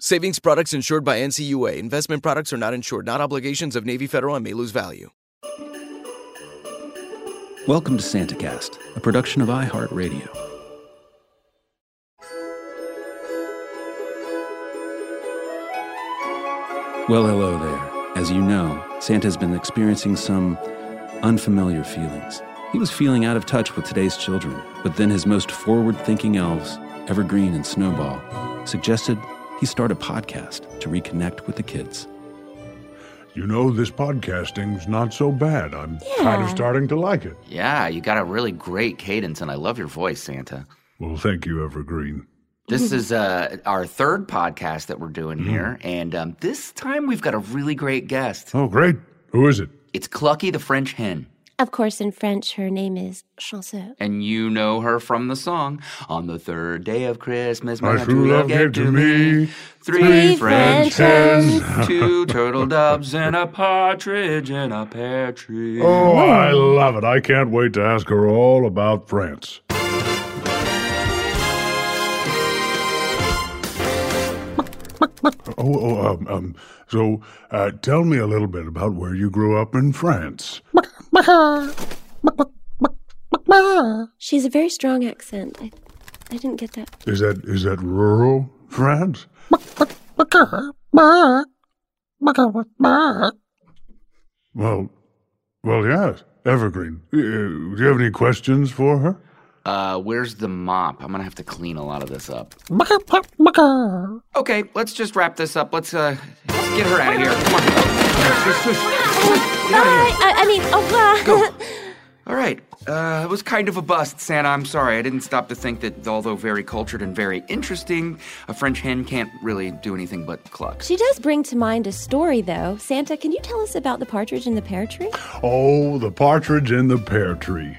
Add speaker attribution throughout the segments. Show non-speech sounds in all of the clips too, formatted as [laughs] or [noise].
Speaker 1: Savings products insured by NCUA. Investment products are not insured, not obligations of Navy Federal and may lose value.
Speaker 2: Welcome to SantaCast, a production of iHeartRadio. Well, hello there. As you know, Santa's been experiencing some unfamiliar feelings. He was feeling out of touch with today's children, but then his most forward thinking elves, Evergreen and Snowball, suggested he start a podcast to reconnect with the kids.
Speaker 3: You know, this podcasting's not so bad. I'm kind
Speaker 4: Yeah.
Speaker 3: of starting to like it.
Speaker 5: Yeah, you got a really great cadence, and I love your voice, Santa.
Speaker 3: Well, thank you, Evergreen. [laughs]
Speaker 5: This is uh, our third podcast that we're doing
Speaker 3: Mm-hmm.
Speaker 5: here, and um, this time we've got a really great guest.
Speaker 3: Oh, great. Who is it?
Speaker 5: It's Clucky the French Hen,
Speaker 4: Of course, in French, her name is Chanceuse.
Speaker 5: and you know her from the song "On the Third Day of Christmas."
Speaker 3: My true love gave to me
Speaker 5: three French
Speaker 4: French
Speaker 5: hens,
Speaker 3: hens.
Speaker 5: two
Speaker 3: [laughs]
Speaker 5: turtle doves, and a partridge in a pear tree.
Speaker 3: Oh, I love it. I can't wait to ask her all about France. Oh, oh um, um, so uh, tell me a little bit about where you grew up in France.
Speaker 4: She has a very strong accent. I, I didn't get that.
Speaker 3: Is that is that rural France? Well, well, yes. Evergreen. Uh, do you have any questions for her?
Speaker 5: Uh, where's the mop? I'm gonna have to clean a lot of this up. Okay, let's just wrap this up. Let's uh, let's get her out of here. Come on. Let's just-
Speaker 4: Bye! I, I mean, au revoir!
Speaker 5: All right. Uh, it was kind of a bust, Santa. I'm sorry. I didn't stop to think that, although very cultured and very interesting, a French hen can't really do anything but
Speaker 4: [laughs]
Speaker 5: cluck.
Speaker 4: She does bring to mind a story, though. Santa, can you tell us about the partridge in the pear tree?
Speaker 3: Oh, the partridge in the pear tree.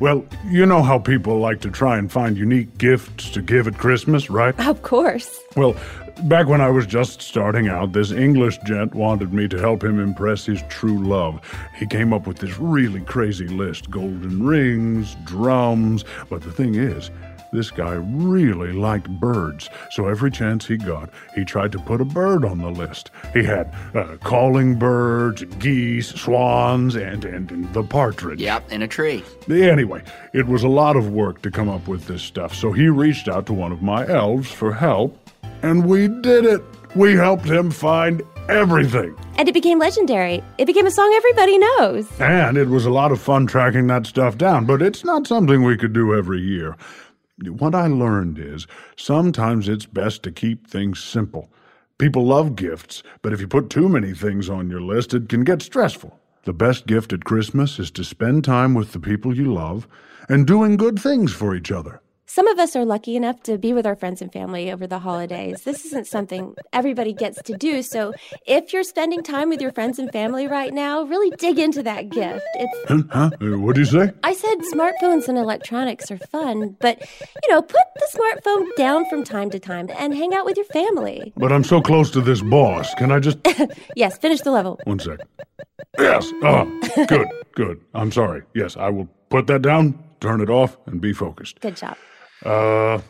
Speaker 3: Well, you know how people like to try and find unique gifts to give at Christmas, right?
Speaker 4: [gasps] Of course.
Speaker 3: Well, back when I was just starting out, this English gent wanted me to help him impress his true love. He came up with this really crazy list golden rings, drums. But the thing is, this guy really liked birds, so every chance he got, he tried to put a bird on the list. He had uh, calling birds, geese, swans, and, and, and the partridge.
Speaker 5: Yep, in a tree.
Speaker 3: Anyway, it was a lot of work to come up with this stuff, so he reached out to one of my elves for help, and we did it. We helped him find everything.
Speaker 4: And it became legendary. It became a song everybody knows.
Speaker 3: And it was a lot of fun tracking that stuff down, but it's not something we could do every year. What I learned is sometimes it's best to keep things simple. People love gifts, but if you put too many things on your list, it can get stressful. The best gift at Christmas is to spend time with the people you love and doing good things for each other.
Speaker 4: Some of us are lucky enough to be with our friends and family over the holidays. This isn't something everybody gets to do. So if you're spending time with your friends and family right now, really dig into that gift. It's
Speaker 3: Huh? Huh? Uh, What do you say?
Speaker 4: I said smartphones and electronics are fun, but you know, put the smartphone down from time to time and hang out with your family.
Speaker 3: But I'm so close to this boss. Can I just.
Speaker 4: Yes, finish the level.
Speaker 3: One sec. Yes. Uh, good. Good. I'm sorry. Yes, I will put that down, turn it off, and be focused.
Speaker 4: Good job.
Speaker 3: Uh,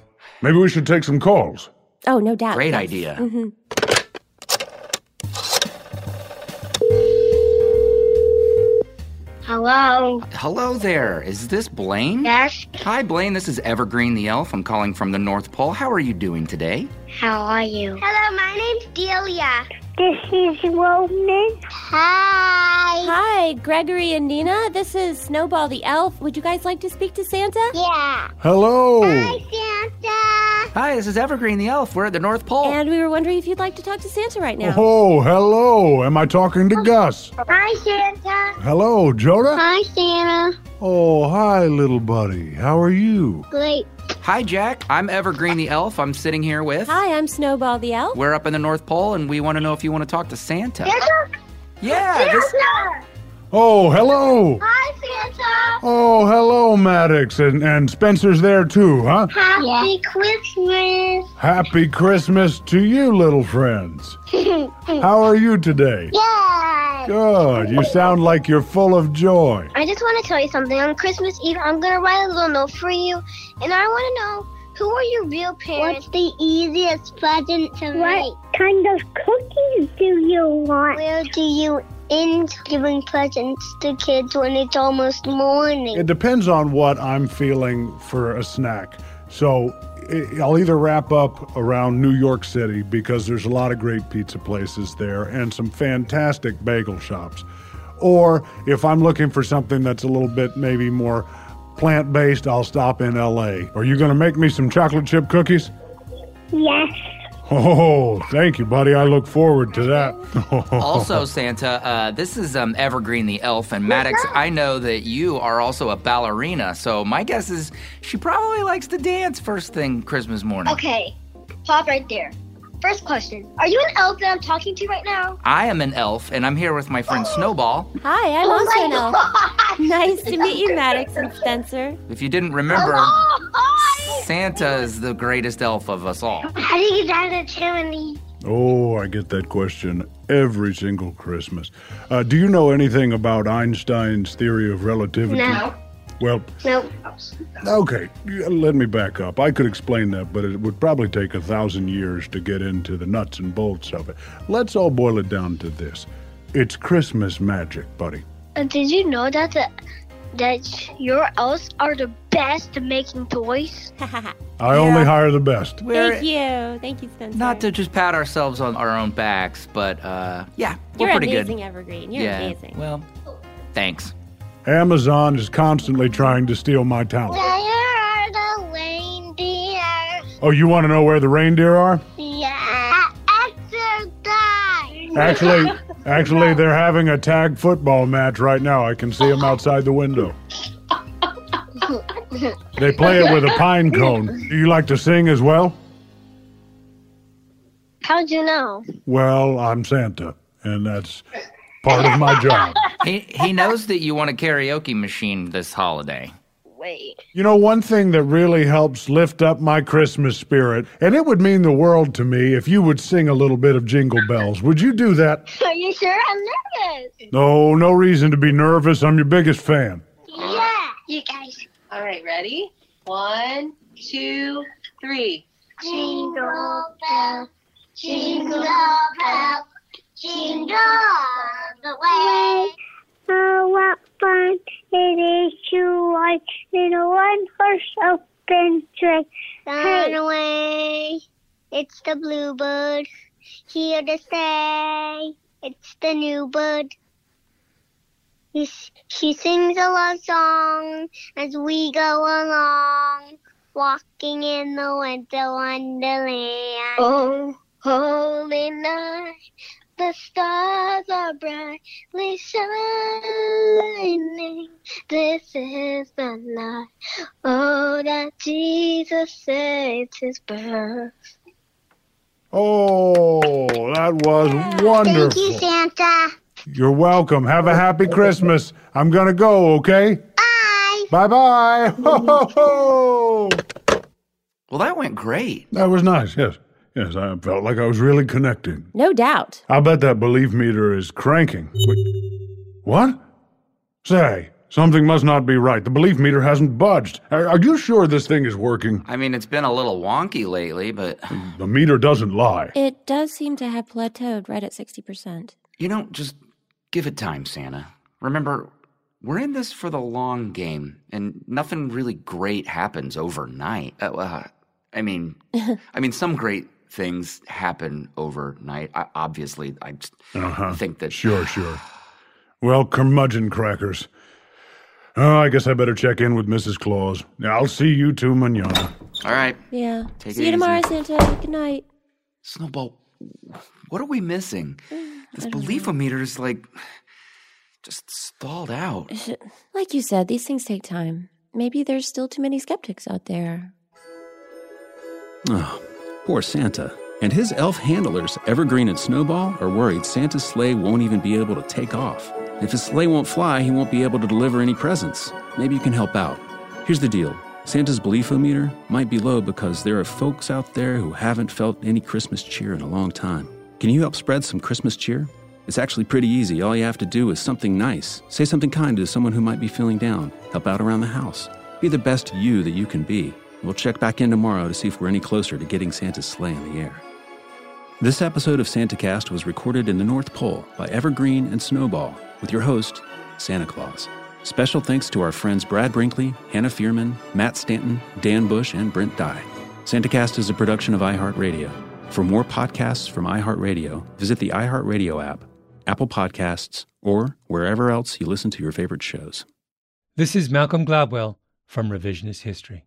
Speaker 3: maybe we should take some calls.
Speaker 4: Oh, no doubt.
Speaker 5: Great
Speaker 4: Yes.
Speaker 5: idea.
Speaker 6: Hello.
Speaker 5: Hello there. Is this Blaine?
Speaker 6: Yes.
Speaker 5: Hi, Blaine. This is Evergreen the Elf. I'm calling from the North Pole. How are you doing today?
Speaker 6: How are you? Hello, my name's Delia. This is Roman. Hi.
Speaker 4: Hi, Gregory and Nina. This is Snowball the Elf. Would you guys like to speak to Santa?
Speaker 6: Yeah.
Speaker 3: Hello.
Speaker 6: Hi, Santa.
Speaker 5: Hi, this is Evergreen the Elf. We're at the North Pole.
Speaker 4: And we were wondering if you'd like to talk to Santa right now.
Speaker 3: Oh, hello. Am I talking to Gus?
Speaker 6: Hi, Santa.
Speaker 3: Hello, Jonah.
Speaker 6: Hi, Santa.
Speaker 3: Oh, hi, little buddy. How are you?
Speaker 6: Great.
Speaker 5: Hi, Jack. I'm Evergreen the Elf. I'm sitting here with.
Speaker 4: Hi, I'm Snowball the Elf.
Speaker 5: We're up in the North Pole, and we want to know if you want to talk to Santa.
Speaker 6: Santa.
Speaker 5: Yeah. This-
Speaker 6: Santa.
Speaker 3: Oh, hello.
Speaker 6: Hi, Santa.
Speaker 3: Oh, hello, Maddox. And, and Spencer's there too, huh?
Speaker 6: Happy Christmas.
Speaker 3: Happy Christmas to you,
Speaker 6: [laughs]
Speaker 3: little friends. How are you today?
Speaker 6: Yeah.
Speaker 3: Good. You sound like you're full of joy.
Speaker 6: I just want to tell you something. On Christmas Eve, I'm going to write a little note for you, and I want to know who are your real parents? What's the easiest present to make? What kind of cookies do you want? Where do you end giving presents to kids when it's almost morning?
Speaker 3: It depends on what I'm feeling for a snack. So i- I'll either wrap up around New York City because there's a lot of great pizza places there and some fantastic bagel shops. Or if I'm looking for something that's a little bit maybe more plant based, I'll stop in LA. Are you going to make me some chocolate chip cookies?
Speaker 6: yes.
Speaker 3: Oh, thank you, buddy. I look forward to that. [laughs]
Speaker 5: [laughs] also, Santa, uh, this is um, Evergreen the Elf, and Maddox, I know that you are also a ballerina, so my guess is she probably likes to dance first thing Christmas morning.
Speaker 6: Okay, pop right there. First question Are you an elf that I'm talking to right now? Oh.
Speaker 5: I am an elf, and I'm here with my
Speaker 6: [laughs]
Speaker 5: friend Snowball.
Speaker 4: Hi, I'm also an elf.
Speaker 6: God.
Speaker 4: [laughs] Nice to meet you, Maddox and Spencer.
Speaker 5: If you didn't remember,
Speaker 6: Oh,
Speaker 5: Santa is the greatest elf of us all.
Speaker 6: How do you get out of the chimney?
Speaker 3: Oh, I get that question every single Christmas. Uh, do you know anything about Einstein's theory of relativity?
Speaker 6: No.
Speaker 3: Well,
Speaker 6: Nope.
Speaker 3: okay, y- let me back up. I could explain that, but it would probably take a thousand years to get into the nuts and bolts of it. Let's all boil it down to this it's Christmas magic, buddy.
Speaker 6: Uh, did you know that the, that your elves are the best at making
Speaker 4: [laughs]
Speaker 6: toys?
Speaker 3: I only hire the best.
Speaker 5: We're
Speaker 4: Thank you. Thank you, Spencer.
Speaker 5: not to just pat ourselves on our own backs, but uh, yeah, we're
Speaker 4: You're
Speaker 5: pretty
Speaker 4: amazing,
Speaker 5: good.
Speaker 4: Evergreen. You're
Speaker 5: yeah.
Speaker 4: amazing.
Speaker 5: Well, thanks.
Speaker 3: Amazon is constantly trying to steal my talent.
Speaker 6: are the reindeer.
Speaker 3: Oh, you want to know where the reindeer are?
Speaker 6: Yeah. Exercise.
Speaker 3: Actually, actually, they're having a tag football match right now. I can see them outside the window. They play it with a pine cone. Do you like to sing as well?
Speaker 6: How'd you know?
Speaker 3: Well, I'm Santa, and that's part of my job.
Speaker 5: He he knows that you want a karaoke machine this holiday.
Speaker 6: Wait.
Speaker 3: You know, one thing that really helps lift up my Christmas spirit, and it would mean the world to me if you would sing a little bit of Jingle Bells. Would you do that?
Speaker 6: [laughs] Are you sure? I'm nervous.
Speaker 3: No, no reason to be nervous. I'm your biggest fan.
Speaker 6: Yeah. You guys.
Speaker 7: All right, ready? One, two, three.
Speaker 6: Jingle bell, jingle bell, jingle all the way. Oh, what fun it is to ride in a one horse open sleigh. Run away, it's the bluebird here to stay. It's the new bird. He, she sings a love song as we go along walking in the winter wonderland. Oh, holy night, The stars are brightly shining. This is the night. Oh, that Jesus saved his birth.
Speaker 3: Oh, that was wonderful.
Speaker 6: Thank you, Santa.
Speaker 3: You're welcome. Have a happy Christmas. I'm going to go, okay?
Speaker 6: Bye.
Speaker 3: Bye bye. [laughs] Ho, ho, ho.
Speaker 5: Well, that went great.
Speaker 3: That was nice, yes. Yes, I felt like I was really connecting.
Speaker 4: No doubt.
Speaker 3: I'll bet that belief meter is cranking. Wait, what? Say, something must not be right. The belief meter hasn't budged. Are, are you sure this thing is working?
Speaker 5: I mean, it's been a little wonky lately, but
Speaker 3: The meter doesn't lie.
Speaker 4: It does seem to have plateaued right at 60%.
Speaker 5: you know, just give it time, Santa. Remember, we're in this for the long game, and nothing really great happens overnight. Uh, uh, I mean, I mean, some great things happen overnight. I, obviously, I just think that
Speaker 3: Sure, sure. Well, curmudgeon crackers. Oh, I guess I better check in with Mrs. Claus. I'll see you two manana.
Speaker 5: All right,
Speaker 4: Yeah.
Speaker 5: Take it
Speaker 4: See you tomorrow,
Speaker 5: easy.
Speaker 4: Santa. Good night.
Speaker 5: Snowball, what are we missing? This beliefometer is like just stalled out.
Speaker 4: Like you said, these things take time. Maybe there's still too many skeptics out there.
Speaker 2: Oh, poor Santa. And his elf handlers, Evergreen and Snowball, are worried Santa's sleigh won't even be able to take off. If his sleigh won't fly, he won't be able to deliver any presents. Maybe you can help out. Here's the deal Santa's beliefometer might be low because there are folks out there who haven't felt any Christmas cheer in a long time. Can you help spread some Christmas cheer? It's actually pretty easy. All you have to do is something nice. Say something kind to someone who might be feeling down. Help out around the house. Be the best you that you can be. We'll check back in tomorrow to see if we're any closer to getting Santa's sleigh in the air. This episode of SantaCast was recorded in the North Pole by Evergreen and Snowball with your host, Santa Claus. Special thanks to our friends Brad Brinkley, Hannah Fearman, Matt Stanton, Dan Bush, and Brent Dye. SantaCast is a production of iHeartRadio. For more podcasts from iHeartRadio, visit the iHeartRadio app, Apple Podcasts, or wherever else you listen to your favorite shows.
Speaker 8: This is Malcolm Gladwell from Revisionist History.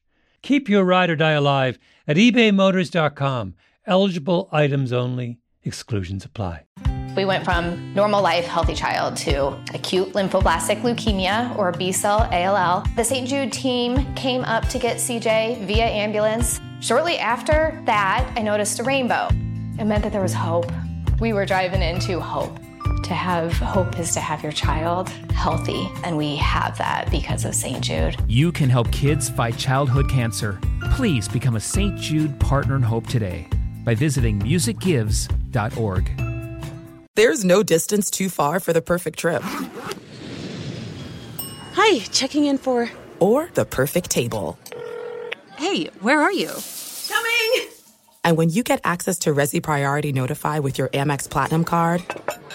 Speaker 8: Keep your ride or die alive at ebaymotors.com. Eligible items only, exclusions apply.
Speaker 9: We went from normal life, healthy child to acute lymphoblastic leukemia or B cell ALL. The St. Jude team came up to get CJ via ambulance. Shortly after that, I noticed a rainbow. It meant that there was hope. We were driving into hope. To have hope is to have your child healthy, and we have that because of St. Jude.
Speaker 10: You can help kids fight childhood cancer. Please become a St. Jude Partner in Hope today by visiting musicgives.org.
Speaker 11: There's no distance too far for the perfect trip. Hi, checking in for. Or the perfect table.
Speaker 12: Hey, where are you?
Speaker 11: And when you get access to Resi Priority Notify with your Amex Platinum card.